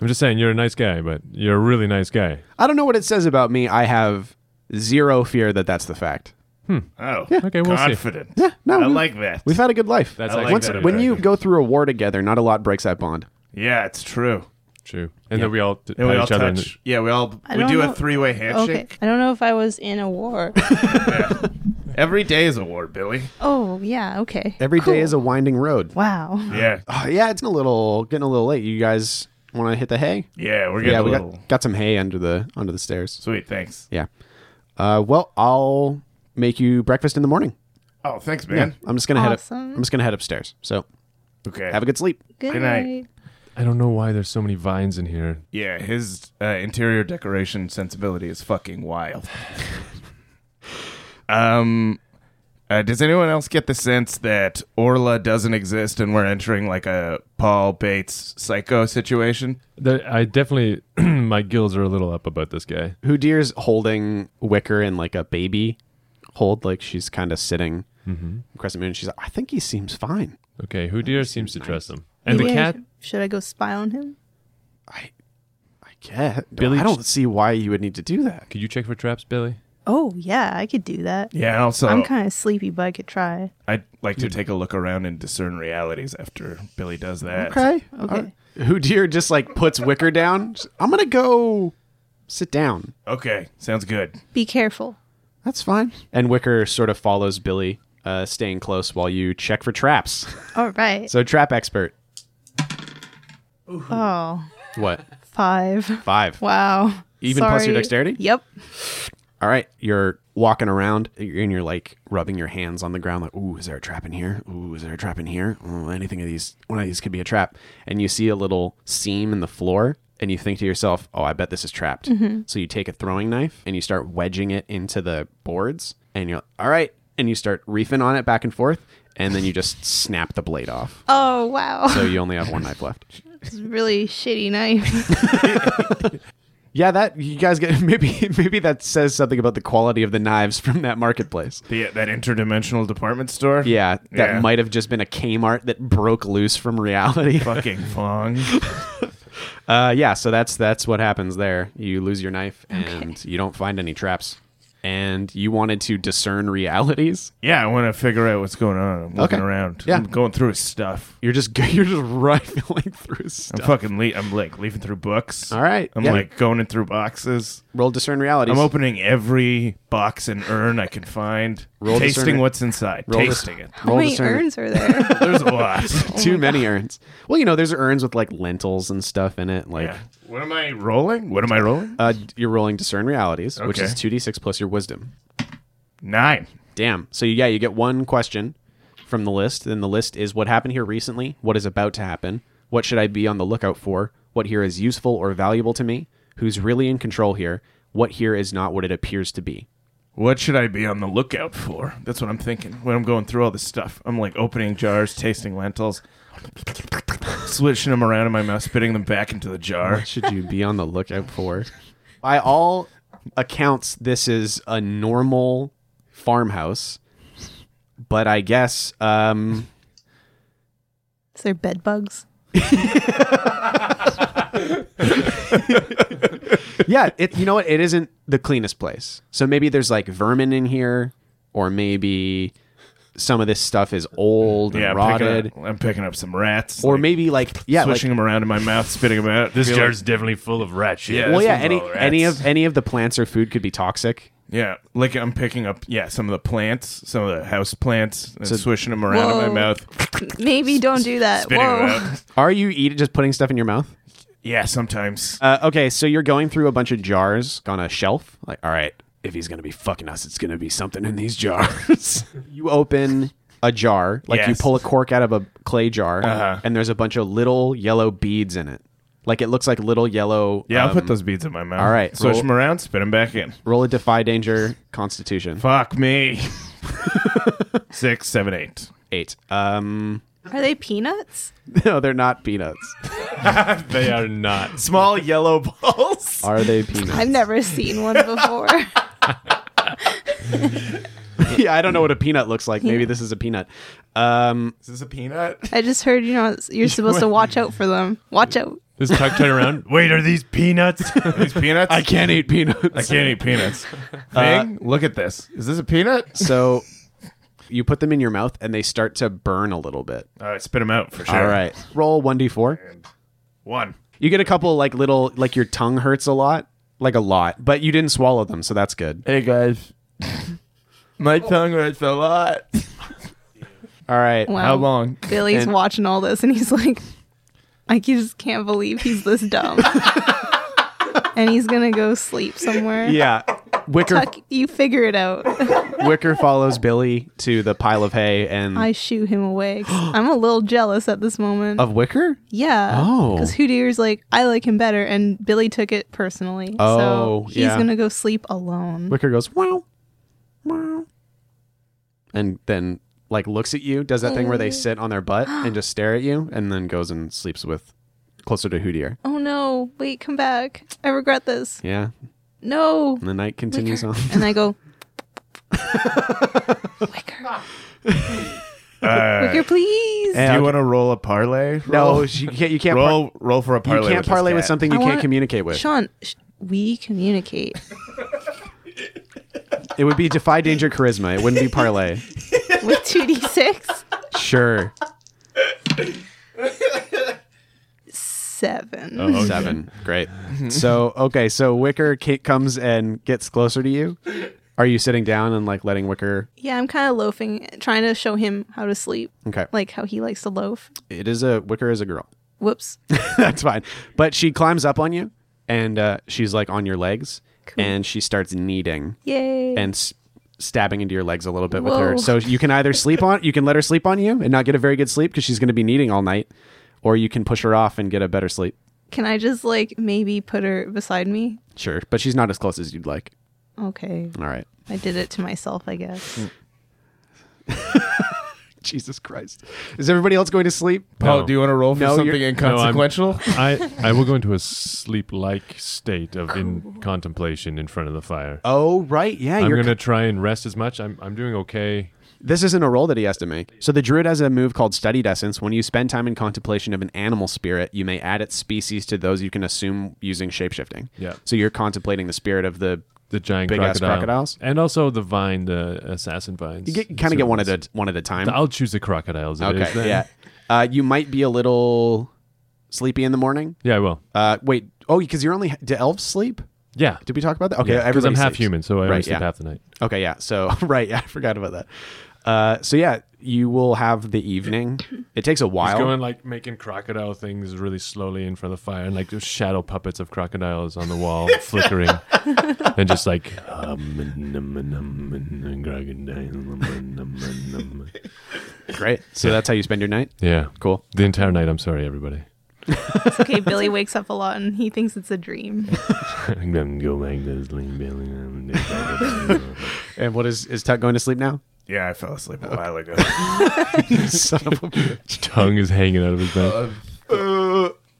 [SPEAKER 3] I'm just saying you're a nice guy, but you're a really nice guy.
[SPEAKER 1] I don't know what it says about me. I have zero fear that that's the fact.
[SPEAKER 2] Oh,
[SPEAKER 3] Okay, we'll see.
[SPEAKER 2] confident.
[SPEAKER 1] Yeah, no,
[SPEAKER 2] I
[SPEAKER 1] we-
[SPEAKER 2] like that.
[SPEAKER 1] We've had a good life.
[SPEAKER 3] That's
[SPEAKER 2] I like
[SPEAKER 1] Once,
[SPEAKER 2] that.
[SPEAKER 1] when you go through a war together, not a lot breaks that bond.
[SPEAKER 2] yeah, it's true.
[SPEAKER 3] True. And then we all t-
[SPEAKER 2] And
[SPEAKER 3] pat
[SPEAKER 2] we all
[SPEAKER 3] each other. in the-
[SPEAKER 2] touch. Yeah, we all
[SPEAKER 5] I
[SPEAKER 2] we
[SPEAKER 5] don't
[SPEAKER 2] do
[SPEAKER 5] know-
[SPEAKER 2] a three-way
[SPEAKER 5] Okay.
[SPEAKER 2] handshake.
[SPEAKER 5] I don't know if I was in a war.
[SPEAKER 2] Every day is a war, Billy.
[SPEAKER 5] oh, yeah, okay.
[SPEAKER 1] Every day
[SPEAKER 5] Cool.
[SPEAKER 1] is a winding road.
[SPEAKER 5] Wow.
[SPEAKER 2] Yeah,
[SPEAKER 1] Oh, yeah, it's a little getting a little late. You guys want to hit the hay?
[SPEAKER 2] yeah, we're getting
[SPEAKER 1] yeah,
[SPEAKER 2] a
[SPEAKER 1] we
[SPEAKER 2] little
[SPEAKER 1] got, got some hay under the under the stairs.
[SPEAKER 2] sweet. Thanks.
[SPEAKER 1] Yeah. Uh, well, I'll make you breakfast in the morning.
[SPEAKER 2] Oh, thanks, man.
[SPEAKER 1] I'm just gonna head.
[SPEAKER 5] Awesome.
[SPEAKER 1] Up, I'm just gonna head upstairs. So
[SPEAKER 2] Okay.
[SPEAKER 1] have a good sleep.
[SPEAKER 5] Good,
[SPEAKER 2] Good night.
[SPEAKER 5] night.
[SPEAKER 3] I don't know why there's so many vines in here.
[SPEAKER 2] yeah, his uh, interior decoration sensibility is fucking wild. um, uh, does anyone else get the sense that Orla doesn't exist and we're entering like a Paul Bates psycho situation?
[SPEAKER 3] There, I definitely my gills are a little up about this guy.
[SPEAKER 1] Houdir's holding Wicker in like a baby hold, like she's kind of sitting crescent moon. She's like, I think he seems fine.
[SPEAKER 3] Okay, who dear seems to trust him. And
[SPEAKER 5] Maybe
[SPEAKER 3] the
[SPEAKER 5] I
[SPEAKER 3] cat
[SPEAKER 5] should- Should I go spy on him?
[SPEAKER 1] I, I get.
[SPEAKER 3] Billy
[SPEAKER 1] I don't
[SPEAKER 3] just-
[SPEAKER 1] see why you would need to do that.
[SPEAKER 3] could you check for traps, Billy?
[SPEAKER 5] Oh, yeah, I could do that.
[SPEAKER 2] Yeah, and also
[SPEAKER 5] I'm kind of sleepy, but I could try.
[SPEAKER 2] I'd like to take a look around and discern realities after Billy does that.
[SPEAKER 1] Okay.
[SPEAKER 5] Okay.
[SPEAKER 1] Uh, Houdir just like puts Wicker down. I'm gonna go sit down.
[SPEAKER 2] Okay, sounds good.
[SPEAKER 5] Be careful.
[SPEAKER 1] That's fine. And Wicker sort of follows Billy, uh, staying close while you check for traps.
[SPEAKER 5] All right.
[SPEAKER 1] so trap expert.
[SPEAKER 5] oh,
[SPEAKER 1] What?
[SPEAKER 5] five.
[SPEAKER 1] Five.
[SPEAKER 5] Wow.
[SPEAKER 1] Even plus your
[SPEAKER 5] Sorry.
[SPEAKER 1] dexterity?
[SPEAKER 5] Yep.
[SPEAKER 1] All right. You're walking around and you're like rubbing your hands on the ground, like, ooh, is there a trap in here? Ooh, is there a trap in here? Ooh, anything of these, one of these could be a trap. And you see a little seam in the floor and you think to yourself, oh, I bet this is trapped. So you take a throwing knife and you start wedging it into the boards and you're like, all right. And you start reefing on it back and forth. And then you just snap the blade off.
[SPEAKER 5] Oh, wow.
[SPEAKER 1] So you only have one knife left.
[SPEAKER 5] It's a really shitty knife.
[SPEAKER 1] Yeah, that you guys get maybe maybe that says something about the quality of the knives from that marketplace.
[SPEAKER 2] The, that interdimensional department store.
[SPEAKER 1] Yeah, that
[SPEAKER 2] Yeah.
[SPEAKER 1] might have just been a Kmart that broke loose from reality.
[SPEAKER 2] Fucking Fong.
[SPEAKER 1] Uh, yeah, so that's that's what happens there. You lose your knife and you don't find any traps. And you wanted to discern realities.
[SPEAKER 2] Yeah, I want to figure out what's going on. I'm looking
[SPEAKER 1] Okay.
[SPEAKER 2] around.
[SPEAKER 1] Yeah.
[SPEAKER 2] I'm going through his stuff.
[SPEAKER 1] You're just you're just rifling through
[SPEAKER 2] I'm
[SPEAKER 1] stuff.
[SPEAKER 2] fucking le- I'm like leafing through books.
[SPEAKER 1] All right,
[SPEAKER 2] I'm
[SPEAKER 1] yeah.
[SPEAKER 2] like going in through boxes.
[SPEAKER 1] Roll discern realities.
[SPEAKER 2] I'm opening every box and urn I can find.
[SPEAKER 1] Roll
[SPEAKER 2] tasting
[SPEAKER 1] discernment.
[SPEAKER 2] what's inside.
[SPEAKER 1] Roll dis-
[SPEAKER 2] tasting it.
[SPEAKER 5] How
[SPEAKER 1] Roll
[SPEAKER 5] many Oh
[SPEAKER 1] discernment.
[SPEAKER 5] urns are there?
[SPEAKER 2] There's a lot.
[SPEAKER 1] Too many urns. Well, you know, there's urns with like lentils and stuff in it. Like
[SPEAKER 2] yeah. What am I rolling? What am I rolling?
[SPEAKER 1] uh, you're rolling discern realities, which
[SPEAKER 2] Okay.
[SPEAKER 1] is two d six plus your wisdom.
[SPEAKER 2] Nine.
[SPEAKER 1] Damn. So yeah, you get one question from the list. Then the list is what happened here recently, what is about to happen, what should I be on the lookout for, what here is useful or valuable to me, who's really in control here, what here is not what it appears to be.
[SPEAKER 2] What should I be on the lookout for? That's what I'm thinking when I'm going through all this stuff. I'm like opening jars, tasting lentils, swishing them around in my mouth, spitting them back into the jar.
[SPEAKER 1] What should you be on the lookout for? by all accounts, this is a normal farmhouse, but I guess um,
[SPEAKER 5] Is there bed bugs?
[SPEAKER 1] yeah, it, you know what? It isn't the cleanest place. So maybe there's like vermin in here, or maybe some of this stuff is old and
[SPEAKER 2] Yeah, I'm
[SPEAKER 1] rotted,
[SPEAKER 2] picking, up, I'm picking up some rats.
[SPEAKER 1] or
[SPEAKER 2] like,
[SPEAKER 1] maybe like yeah, like,
[SPEAKER 2] swishing them around in my mouth, spitting them out.
[SPEAKER 6] This
[SPEAKER 2] Feel
[SPEAKER 6] jar's definitely full of rat shit.
[SPEAKER 2] Yeah.
[SPEAKER 1] well,
[SPEAKER 2] this
[SPEAKER 1] yeah,
[SPEAKER 2] one's
[SPEAKER 1] any
[SPEAKER 2] all rats.
[SPEAKER 1] any of any of the plants or food could be toxic.
[SPEAKER 2] like- yeah, like I'm picking up yeah some of the plants, some of the house plants, and swishing them around in
[SPEAKER 5] Whoa.
[SPEAKER 2] my mouth,
[SPEAKER 5] Maybe don't do that.
[SPEAKER 2] spitting them
[SPEAKER 5] Whoa.
[SPEAKER 2] out.
[SPEAKER 1] Are you eating just putting stuff in your mouth?
[SPEAKER 2] Yeah, sometimes.
[SPEAKER 1] Uh, okay, so you're going through a bunch of jars on a shelf. Like, all right, if he's gonna be fucking us, it's gonna be something in these jars. you open a jar, like you
[SPEAKER 2] Yes.
[SPEAKER 1] pull a cork out of a clay jar,
[SPEAKER 2] Uh-huh.
[SPEAKER 1] and there's a bunch of little yellow beads in it. Like it looks like little yellow.
[SPEAKER 2] Yeah, I'll
[SPEAKER 1] um,
[SPEAKER 2] put those beads in my mouth.
[SPEAKER 1] all right,
[SPEAKER 2] Swish
[SPEAKER 1] roll-
[SPEAKER 2] them around, spit them back in.
[SPEAKER 1] Roll a defy danger Constitution
[SPEAKER 2] Fuck me. Six, seven, eight.
[SPEAKER 1] eight. Um,
[SPEAKER 5] Are they peanuts?
[SPEAKER 1] no, they're not peanuts.
[SPEAKER 3] They
[SPEAKER 2] uh,
[SPEAKER 3] are not.
[SPEAKER 2] Small yellow balls.
[SPEAKER 1] Are they peanuts?
[SPEAKER 5] I've never seen one before.
[SPEAKER 1] yeah, I don't know what a peanut looks like. Maybe this is a peanut. Um,
[SPEAKER 2] Is this a peanut?
[SPEAKER 5] I just heard you know you're supposed to watch out for them. Watch out.
[SPEAKER 3] This Tuck turn around.
[SPEAKER 6] Wait, are these peanuts?
[SPEAKER 2] These peanuts? Uh, I
[SPEAKER 1] can't eat peanuts.
[SPEAKER 2] I can't eat peanuts. Thing, look at this. Is this a peanut?
[SPEAKER 1] So you put them in your mouth and they start to burn a little bit.
[SPEAKER 2] All right, spit them out for sure.
[SPEAKER 1] All right. Roll 1d4.
[SPEAKER 2] One.
[SPEAKER 1] You get a couple like little like your tongue hurts a lot, like a lot, but you didn't swallow them, so that's good.
[SPEAKER 7] Hey guys, my tongue hurts a lot.
[SPEAKER 1] All right.
[SPEAKER 5] Wow.
[SPEAKER 7] How long?
[SPEAKER 5] Billy's
[SPEAKER 1] And-
[SPEAKER 5] watching all this and he's like, I just can't believe he's this dumb. and he's gonna go sleep somewhere.
[SPEAKER 1] Yeah. Wicker
[SPEAKER 5] Tuck, you figure it out.
[SPEAKER 1] Wicker follows Billy to the pile of hay and
[SPEAKER 5] I shoo him away. 'cause I'm a little jealous at this moment.
[SPEAKER 1] of Wicker?
[SPEAKER 5] yeah.
[SPEAKER 1] Oh.
[SPEAKER 5] Because Hootier's like, I like him better, and Billy took it personally.
[SPEAKER 1] Oh,
[SPEAKER 5] so he's
[SPEAKER 1] yeah.
[SPEAKER 5] gonna go sleep alone.
[SPEAKER 1] Wicker goes, "Wow." Wow. And then like looks at you, does that thing where they
[SPEAKER 5] Mm.
[SPEAKER 1] sit on their butt and just stare at you and then goes and sleeps with closer to Hootier.
[SPEAKER 5] Oh no, wait, come back. I regret this.
[SPEAKER 1] Yeah.
[SPEAKER 5] No.
[SPEAKER 1] And the night continues on.
[SPEAKER 5] And I go,
[SPEAKER 2] Uh,
[SPEAKER 5] Wicker, please.
[SPEAKER 2] do you want to roll a parlay?
[SPEAKER 1] No,
[SPEAKER 2] Roll-
[SPEAKER 1] you can't. You can't.
[SPEAKER 2] Roll, roll for a
[SPEAKER 1] par-
[SPEAKER 2] parlay.
[SPEAKER 1] you can't
[SPEAKER 2] this
[SPEAKER 1] parlay with
[SPEAKER 2] cat.
[SPEAKER 1] something
[SPEAKER 5] I
[SPEAKER 1] you can't
[SPEAKER 5] wanna-
[SPEAKER 1] communicate with.
[SPEAKER 5] Sean, sh- we communicate.
[SPEAKER 1] It would be defy danger charisma. It wouldn't be parlay.
[SPEAKER 5] with 2d6
[SPEAKER 1] sure.
[SPEAKER 2] Oh,
[SPEAKER 5] seven
[SPEAKER 1] Uh-huh. Seven. Great.
[SPEAKER 5] Mm-hmm.
[SPEAKER 1] So okay. So Wicker ca- comes and gets closer to you. Are you sitting down and like letting Wicker?
[SPEAKER 5] yeah i'm kind of loafing trying to show him how to sleep
[SPEAKER 1] Okay.
[SPEAKER 5] like how he likes to loaf
[SPEAKER 1] It is a Wicker is a girl.
[SPEAKER 5] whoops
[SPEAKER 1] That's fine. But she climbs up on you and uh, she's like on your legs and she starts kneading
[SPEAKER 5] yay
[SPEAKER 1] and. S- stabbing into your legs a little bit with her
[SPEAKER 5] Whoa.
[SPEAKER 1] so you can either sleep on you can let her sleep on you and not get a very good sleep because she's going to be kneading all night or you can push her off and get a better sleep
[SPEAKER 5] can i just like maybe put her beside me
[SPEAKER 1] Sure, but she's not as close as you'd like.
[SPEAKER 5] okay
[SPEAKER 1] All right.
[SPEAKER 5] i did it to myself i guess
[SPEAKER 1] Mm. Jesus Christ. Is everybody else going to sleep?
[SPEAKER 2] Paul, do you want to roll for
[SPEAKER 1] No,
[SPEAKER 2] something
[SPEAKER 1] you're-
[SPEAKER 3] No, I'm-
[SPEAKER 2] inconsequential?
[SPEAKER 3] I, I will go into a sleep-like state of
[SPEAKER 7] Oh.
[SPEAKER 3] in contemplation in front of the fire.
[SPEAKER 1] Oh, right. Yeah,
[SPEAKER 3] I'm
[SPEAKER 1] you're
[SPEAKER 3] gonna try and rest as much. I'm I'm doing okay.
[SPEAKER 1] This isn't a roll that he has to make. So the druid has a move called studied essence. When you spend time in contemplation of an animal spirit, you may add its species to those you can assume using shapeshifting.
[SPEAKER 3] Yeah.
[SPEAKER 1] So you're contemplating the spirit of the
[SPEAKER 3] The giant
[SPEAKER 1] Big-ass
[SPEAKER 3] crocodile.
[SPEAKER 1] crocodiles?
[SPEAKER 3] and also the vine, the assassin vines.
[SPEAKER 1] you get, kind of get one at a one at a time.
[SPEAKER 3] I'll choose the crocodiles. if it is
[SPEAKER 1] okay.
[SPEAKER 3] then.
[SPEAKER 1] Yeah. Uh, you might be a little sleepy in the morning.
[SPEAKER 3] yeah, I will.
[SPEAKER 1] Uh, wait. Oh, because you're only do elves sleep?
[SPEAKER 3] Yeah,
[SPEAKER 1] Did we talk about that? Okay,
[SPEAKER 3] Yeah, I'm
[SPEAKER 1] everybody
[SPEAKER 3] half
[SPEAKER 1] sleeps.
[SPEAKER 3] human, so I
[SPEAKER 1] Right,
[SPEAKER 3] only sleep
[SPEAKER 1] yeah.
[SPEAKER 3] half the night.
[SPEAKER 1] Okay, yeah. So right, yeah, I forgot about that. Uh, so yeah, you will have the evening. It takes a
[SPEAKER 3] He's
[SPEAKER 1] while.
[SPEAKER 3] going like making crocodile things really slowly in front of the fire, and like there's shadow puppets of crocodiles on the wall flickering, and just like
[SPEAKER 1] Great. So that's how you spend your night.
[SPEAKER 3] yeah,
[SPEAKER 1] Cool.
[SPEAKER 3] the entire night. I'm sorry, everybody.
[SPEAKER 5] it's okay billy wakes up a lot and he thinks it's a dream
[SPEAKER 1] And what is is Tuck going to sleep now?
[SPEAKER 2] Yeah, I fell asleep a while ago.
[SPEAKER 1] Son of a bitch.
[SPEAKER 3] Tongue is hanging out of his mouth.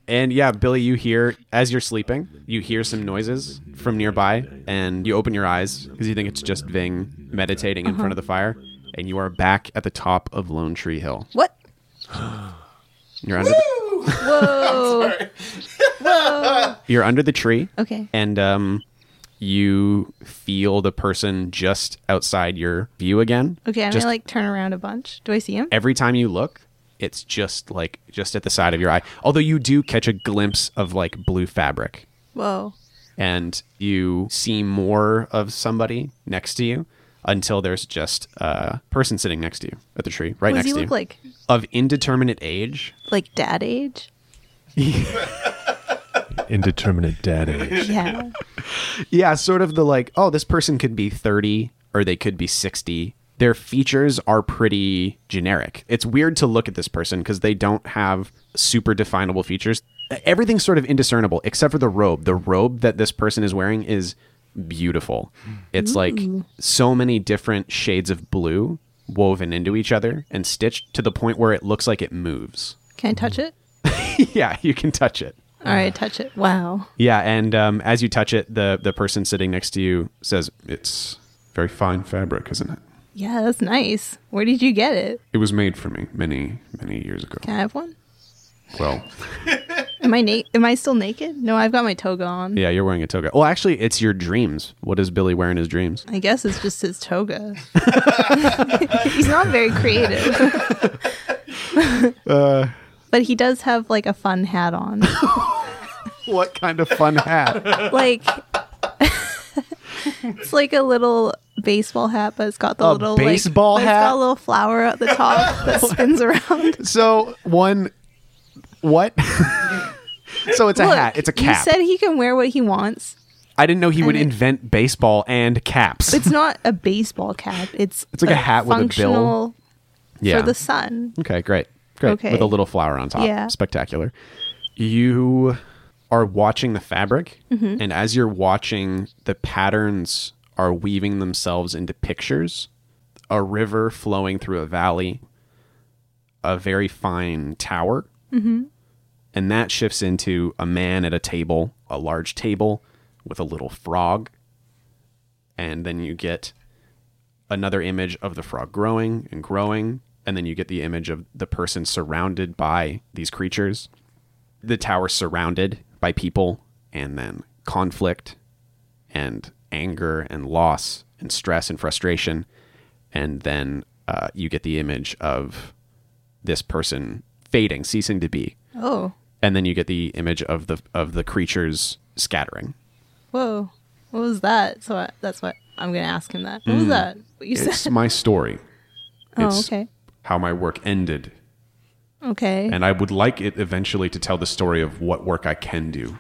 [SPEAKER 1] And yeah, Billy, you hear as you're sleeping, you hear some noises from nearby, and you open your eyes because you think it's just Ving meditating in front of the
[SPEAKER 5] Uh-huh.
[SPEAKER 1] fire, and you are back at the top of Lone Tree Hill.
[SPEAKER 5] What?
[SPEAKER 1] You're under the,
[SPEAKER 5] Whoa.
[SPEAKER 1] you're under the tree,
[SPEAKER 5] okay.
[SPEAKER 1] and um, you feel the person just outside your view again.
[SPEAKER 5] Okay, I'm
[SPEAKER 1] Just
[SPEAKER 5] gonna like turn around a bunch. Do I see him?
[SPEAKER 1] every time you look, it's just like just at the side of your eye. Although you do catch a glimpse of like blue fabric,
[SPEAKER 5] Whoa.
[SPEAKER 1] and you see more of somebody next to you until there's just a person sitting next to you at the tree, right
[SPEAKER 5] What
[SPEAKER 1] next
[SPEAKER 5] does he
[SPEAKER 1] to you,
[SPEAKER 5] look like?
[SPEAKER 1] of indeterminate age.
[SPEAKER 5] Like dad age?
[SPEAKER 3] Indeterminate dad age.
[SPEAKER 5] Yeah.
[SPEAKER 1] Yeah, sort of the like, oh, this person could be 30 or they could be 60. Their features are pretty generic. It's weird to look at this person because they don't have super definable features. Everything's sort of indiscernible except for the robe. The robe that this person is wearing is beautiful. It's like so many different shades of blue woven into each other and stitched to the point where it looks like it moves.
[SPEAKER 5] Can I touch it?
[SPEAKER 1] yeah, you can touch it.
[SPEAKER 5] All right,
[SPEAKER 1] Uh.
[SPEAKER 5] touch it. Wow.
[SPEAKER 1] Yeah, and um, as you touch it, the the person sitting next to you says, "It's very fine fabric, isn't it?
[SPEAKER 5] Yeah, that's nice. Where did you get it?
[SPEAKER 1] It was made for me many many years ago.
[SPEAKER 5] Can I have one?
[SPEAKER 1] Well,
[SPEAKER 5] Am I na- am I still naked? No, I've got my toga on.
[SPEAKER 1] yeah, you're wearing a toga. Well, actually, it's your dreams. What does Billy wear in his dreams?
[SPEAKER 5] I guess it's just his toga. He's not very creative.
[SPEAKER 1] Uh.
[SPEAKER 5] But he does have like a fun hat on.
[SPEAKER 1] What kind of fun hat?
[SPEAKER 5] like it's like a little baseball hat, but it's got the
[SPEAKER 1] A
[SPEAKER 5] little like-
[SPEAKER 1] baseball
[SPEAKER 5] but
[SPEAKER 1] hat?
[SPEAKER 5] It's got a little flower at the top that spins around.
[SPEAKER 1] so one, what? so it's a hat. It's a cap.
[SPEAKER 5] You said he can wear what he wants.
[SPEAKER 1] I didn't know he would
[SPEAKER 5] it-
[SPEAKER 1] invent baseball and caps.
[SPEAKER 5] It's not a baseball cap. It's
[SPEAKER 1] It's like a hat with a bill.
[SPEAKER 5] functional
[SPEAKER 1] yeah.
[SPEAKER 5] for the sun.
[SPEAKER 1] Okay, great. Great.
[SPEAKER 5] Okay.
[SPEAKER 1] With a little flower on top.
[SPEAKER 5] Yeah.
[SPEAKER 1] Spectacular. You are watching the fabric,
[SPEAKER 5] Mm-hmm.
[SPEAKER 1] and as you're watching, the patterns are weaving themselves into pictures. A river flowing through a valley, a very fine tower. Mm-hmm. And that shifts into a man at a table, a large table with a little frog. And then you get another image of the frog growing and growing and then you get the image of the person surrounded by these creatures the tower surrounded by people and then conflict and anger and loss and stress and frustration and then uh, you get the image of this person fading ceasing to be
[SPEAKER 5] Oh,
[SPEAKER 1] and then you get the image of the of the creatures scattering
[SPEAKER 5] whoa! What was that? So I, that's what I'm gonna ask him. That what was that? What you
[SPEAKER 1] Hmm. it's
[SPEAKER 5] said?
[SPEAKER 1] my story
[SPEAKER 5] Oh,
[SPEAKER 1] it's
[SPEAKER 5] okay,
[SPEAKER 1] how my work ended
[SPEAKER 5] okay.
[SPEAKER 1] And I would like it eventually to tell the story of what work I can do.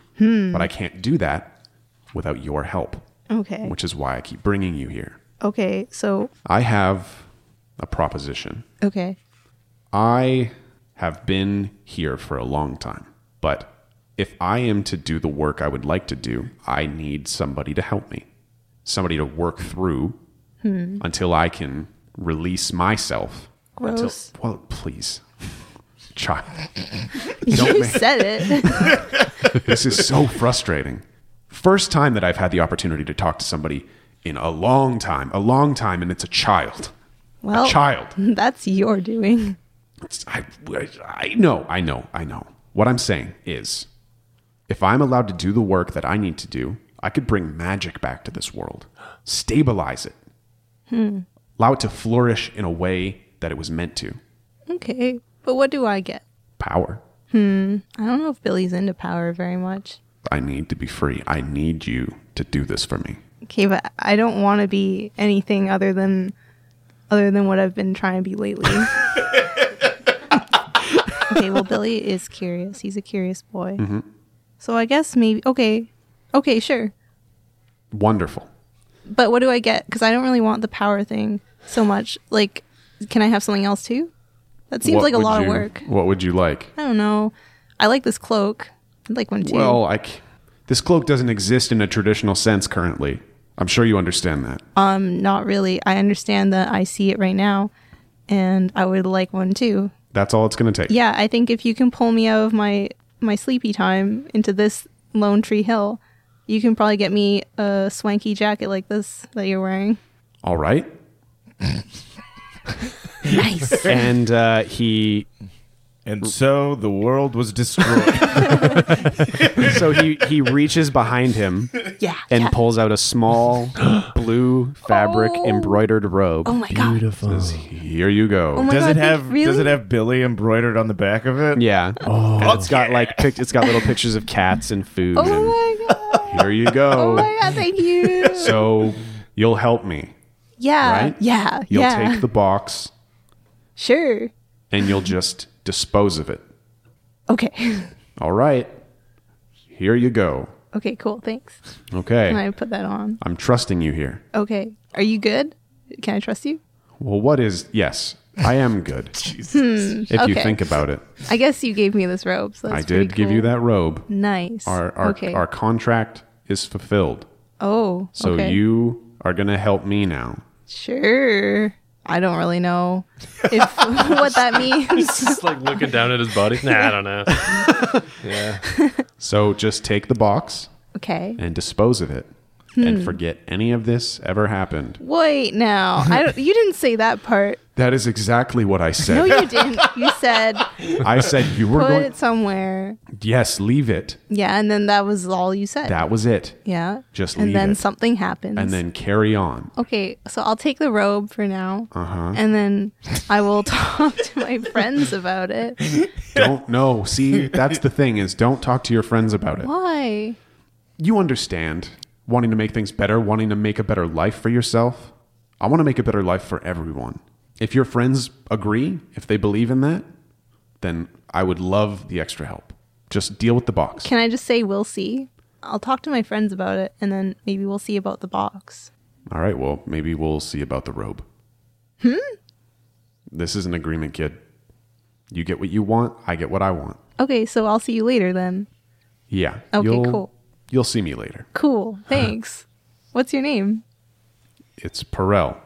[SPEAKER 1] But I can't do that without your help,
[SPEAKER 5] Okay.
[SPEAKER 1] which is why I keep bringing you here.
[SPEAKER 5] Okay. So,
[SPEAKER 1] I have a proposition.
[SPEAKER 5] okay.
[SPEAKER 1] I have been here for a long time, but if I am to do the work I would like to do, I need somebody to help me, somebody to work through until I can release myself. Until,
[SPEAKER 5] Gross.
[SPEAKER 1] well, please, child.
[SPEAKER 5] you said it.
[SPEAKER 1] This is so frustrating. First time that I've had the opportunity to talk to somebody in a long time, a long time, and it's a child.
[SPEAKER 5] Well,
[SPEAKER 1] a child.
[SPEAKER 5] that's your doing.
[SPEAKER 1] It's- I, I know, I know, I know. What I'm saying is if I'm allowed to do the work that I need to do, I could bring magic back to this world, stabilize it,
[SPEAKER 5] Hmm.
[SPEAKER 1] allow it to flourish in a way that it was meant to.
[SPEAKER 5] Okay. But what do I get?
[SPEAKER 1] Power.
[SPEAKER 5] I don't know if Billy's into power very much.
[SPEAKER 1] I need to be free. I need you to do this for me.
[SPEAKER 5] Okay, but I don't want to be anything other than other than what I've been trying to be lately. okay, well Billy is curious. He's a curious boy.
[SPEAKER 1] Mm-hmm.
[SPEAKER 5] So I guess maybe okay. Okay, sure.
[SPEAKER 1] Wonderful.
[SPEAKER 5] But what do I get? Cuz I don't really want the power thing so much. Like can I have something else too? That seems
[SPEAKER 1] What
[SPEAKER 5] like a
[SPEAKER 1] would
[SPEAKER 5] lot of
[SPEAKER 1] you-
[SPEAKER 5] work.
[SPEAKER 1] What would you like?
[SPEAKER 5] I don't know. I like this cloak. I'd like one too.
[SPEAKER 1] Well, I c- this cloak doesn't exist in a traditional sense currently. I'm sure you understand that.
[SPEAKER 5] not really. I understand that I see it right now and I would like one too.
[SPEAKER 1] That's all it's going to take.
[SPEAKER 5] Yeah, I think if you can pull me out of my my sleepy time into this Lone Tree Hill, you can probably get me a swanky jacket like this that you're wearing.
[SPEAKER 1] All right.
[SPEAKER 5] Nice.
[SPEAKER 1] And uh, he
[SPEAKER 2] And so the world was destroyed.
[SPEAKER 1] so he he reaches behind him
[SPEAKER 5] yeah.
[SPEAKER 1] and
[SPEAKER 5] yeah.
[SPEAKER 1] pulls out a small blue fabric
[SPEAKER 5] Oh.
[SPEAKER 1] embroidered robe.
[SPEAKER 5] Oh my god.
[SPEAKER 3] Beautiful.
[SPEAKER 1] Here you go.
[SPEAKER 5] Oh my
[SPEAKER 2] does
[SPEAKER 5] god.
[SPEAKER 2] it
[SPEAKER 5] did-
[SPEAKER 2] have
[SPEAKER 5] really?
[SPEAKER 2] does it have Billy embroidered on the back of it?
[SPEAKER 1] yeah. And it's got like pic- it's got little pictures of cats and food.
[SPEAKER 5] Oh my god.
[SPEAKER 1] and here you
[SPEAKER 5] Oh
[SPEAKER 1] go.
[SPEAKER 5] my god, thank you.
[SPEAKER 1] so you'll help me.
[SPEAKER 5] yeah.
[SPEAKER 1] right?
[SPEAKER 5] Yeah.
[SPEAKER 1] You'll
[SPEAKER 5] yeah.
[SPEAKER 1] take the box
[SPEAKER 5] Sure.
[SPEAKER 1] and you'll just dispose of it.
[SPEAKER 5] Okay.
[SPEAKER 1] All right. Here you go.
[SPEAKER 5] Okay, cool. Thanks.
[SPEAKER 1] Okay.
[SPEAKER 5] And I put that on.
[SPEAKER 1] I'm trusting you here.
[SPEAKER 5] Okay. Are you good? Can I trust you?
[SPEAKER 1] Well, what is yes, I am good. If you
[SPEAKER 5] Hmm. okay.
[SPEAKER 1] think about it,
[SPEAKER 5] I guess you gave me this robe. So that's
[SPEAKER 1] I did
[SPEAKER 5] pretty
[SPEAKER 1] give you
[SPEAKER 5] cool.
[SPEAKER 1] that robe.
[SPEAKER 5] Nice.
[SPEAKER 1] Our our
[SPEAKER 5] okay.
[SPEAKER 1] our contract is fulfilled.
[SPEAKER 5] oh.
[SPEAKER 1] So
[SPEAKER 5] okay.
[SPEAKER 1] you are going to help me now.
[SPEAKER 5] Sure. I don't really know if, what that means.
[SPEAKER 3] Just like looking down at his body. Nah, I don't know.
[SPEAKER 1] So just take the box
[SPEAKER 5] Okay.
[SPEAKER 1] and dispose of it
[SPEAKER 5] Hmm.
[SPEAKER 1] and forget any of this ever happened.
[SPEAKER 5] Wait now. I don't, you didn't say that part.
[SPEAKER 1] That is exactly what I said.
[SPEAKER 5] No, you didn't. You said
[SPEAKER 1] I said you were
[SPEAKER 5] put
[SPEAKER 1] going
[SPEAKER 5] it somewhere.
[SPEAKER 1] Yes, leave it.
[SPEAKER 5] Yeah, and then that was all you said.
[SPEAKER 1] That was it.
[SPEAKER 5] yeah.
[SPEAKER 1] Just
[SPEAKER 5] and
[SPEAKER 1] leave
[SPEAKER 5] then
[SPEAKER 1] it.
[SPEAKER 5] something happens.
[SPEAKER 1] And then carry on.
[SPEAKER 5] Okay, so I'll take the robe for now. Uh-huh. And then I will talk to my friends about it.
[SPEAKER 1] Don't know. See, that's the thing is don't talk to your friends about it.
[SPEAKER 5] Why?
[SPEAKER 1] you understand wanting to make things better, wanting to make a better life for yourself. I want to make a better life for everyone. If your friends agree, if they believe in that, then I would love the extra help. Just deal with the box.
[SPEAKER 5] Can I just say we'll see? I'll talk to my friends about it and then maybe we'll see about the box.
[SPEAKER 1] All right, well, maybe we'll see about the robe. Hmm? This is an agreement, kid. You get what you want, I get what I want.
[SPEAKER 5] Okay, so I'll see you later then.
[SPEAKER 1] Yeah.
[SPEAKER 5] Okay,
[SPEAKER 1] you'll-
[SPEAKER 5] cool.
[SPEAKER 1] You'll see me later.
[SPEAKER 5] Cool. Thanks. What's your name?
[SPEAKER 1] It's Perel.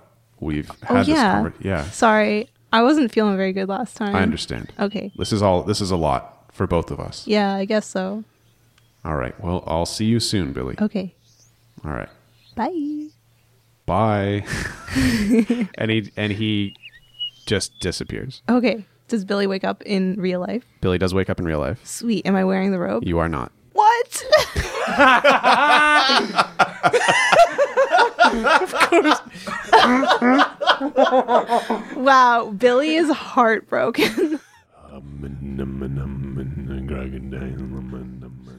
[SPEAKER 1] We've had
[SPEAKER 5] oh
[SPEAKER 1] this
[SPEAKER 5] yeah.
[SPEAKER 1] conver- Yeah,
[SPEAKER 5] Sorry. I wasn't feeling very good last time.
[SPEAKER 1] I understand.
[SPEAKER 5] Okay.
[SPEAKER 1] This is all this is a lot for both of us.
[SPEAKER 5] Yeah, I guess so.
[SPEAKER 1] All right. Well, I'll see you soon, Billy.
[SPEAKER 5] Okay.
[SPEAKER 1] All right.
[SPEAKER 5] Bye.
[SPEAKER 1] Bye. and he and he just disappears.
[SPEAKER 5] Okay. Does Billy wake up in real life?
[SPEAKER 1] Billy does wake up in real life.
[SPEAKER 5] Sweet. Am I wearing the robe?
[SPEAKER 1] You are not.
[SPEAKER 5] What? wow, Billy is heartbroken.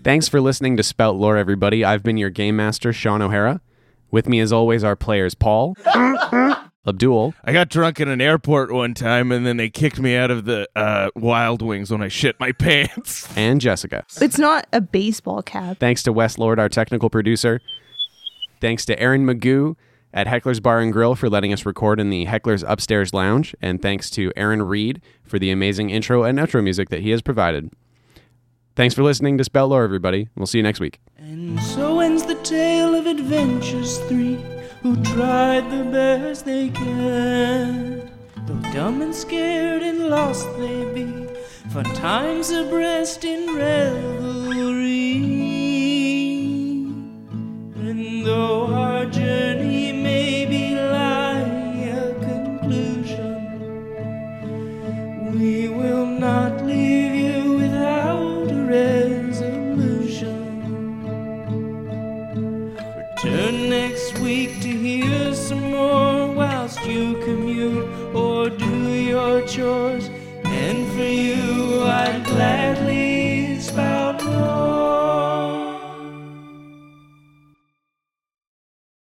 [SPEAKER 1] Thanks for listening to Spout Lore, everybody. I've been your game master, Sean O'Hara. With me, as always, our players Paul, Abdul,
[SPEAKER 2] I got drunk in an airport one time, and then they kicked me out of the uh, Wild Wings when I shit my pants.
[SPEAKER 1] and Jessica.
[SPEAKER 5] it's not a baseball cap.
[SPEAKER 1] Thanks to Wes Lord, our technical producer. Thanks to Aaron Magoo at Heckler's Bar and Grill for letting us record in the Heckler's Upstairs Lounge. And thanks to Aaron Reed for the amazing intro and outro music that he has provided. Thanks for listening to Spell Lore, everybody. We'll see you next week.
[SPEAKER 4] And so ends the tale of adventures three who tried the best they can. Though dumb and scared and lost they be, for time's abreast in revelry. And though our journey may be lie a conclusion, we will not leave you without a resolution. Return next week to hear some more whilst you commute or do your chores. And for you, I'd gladly.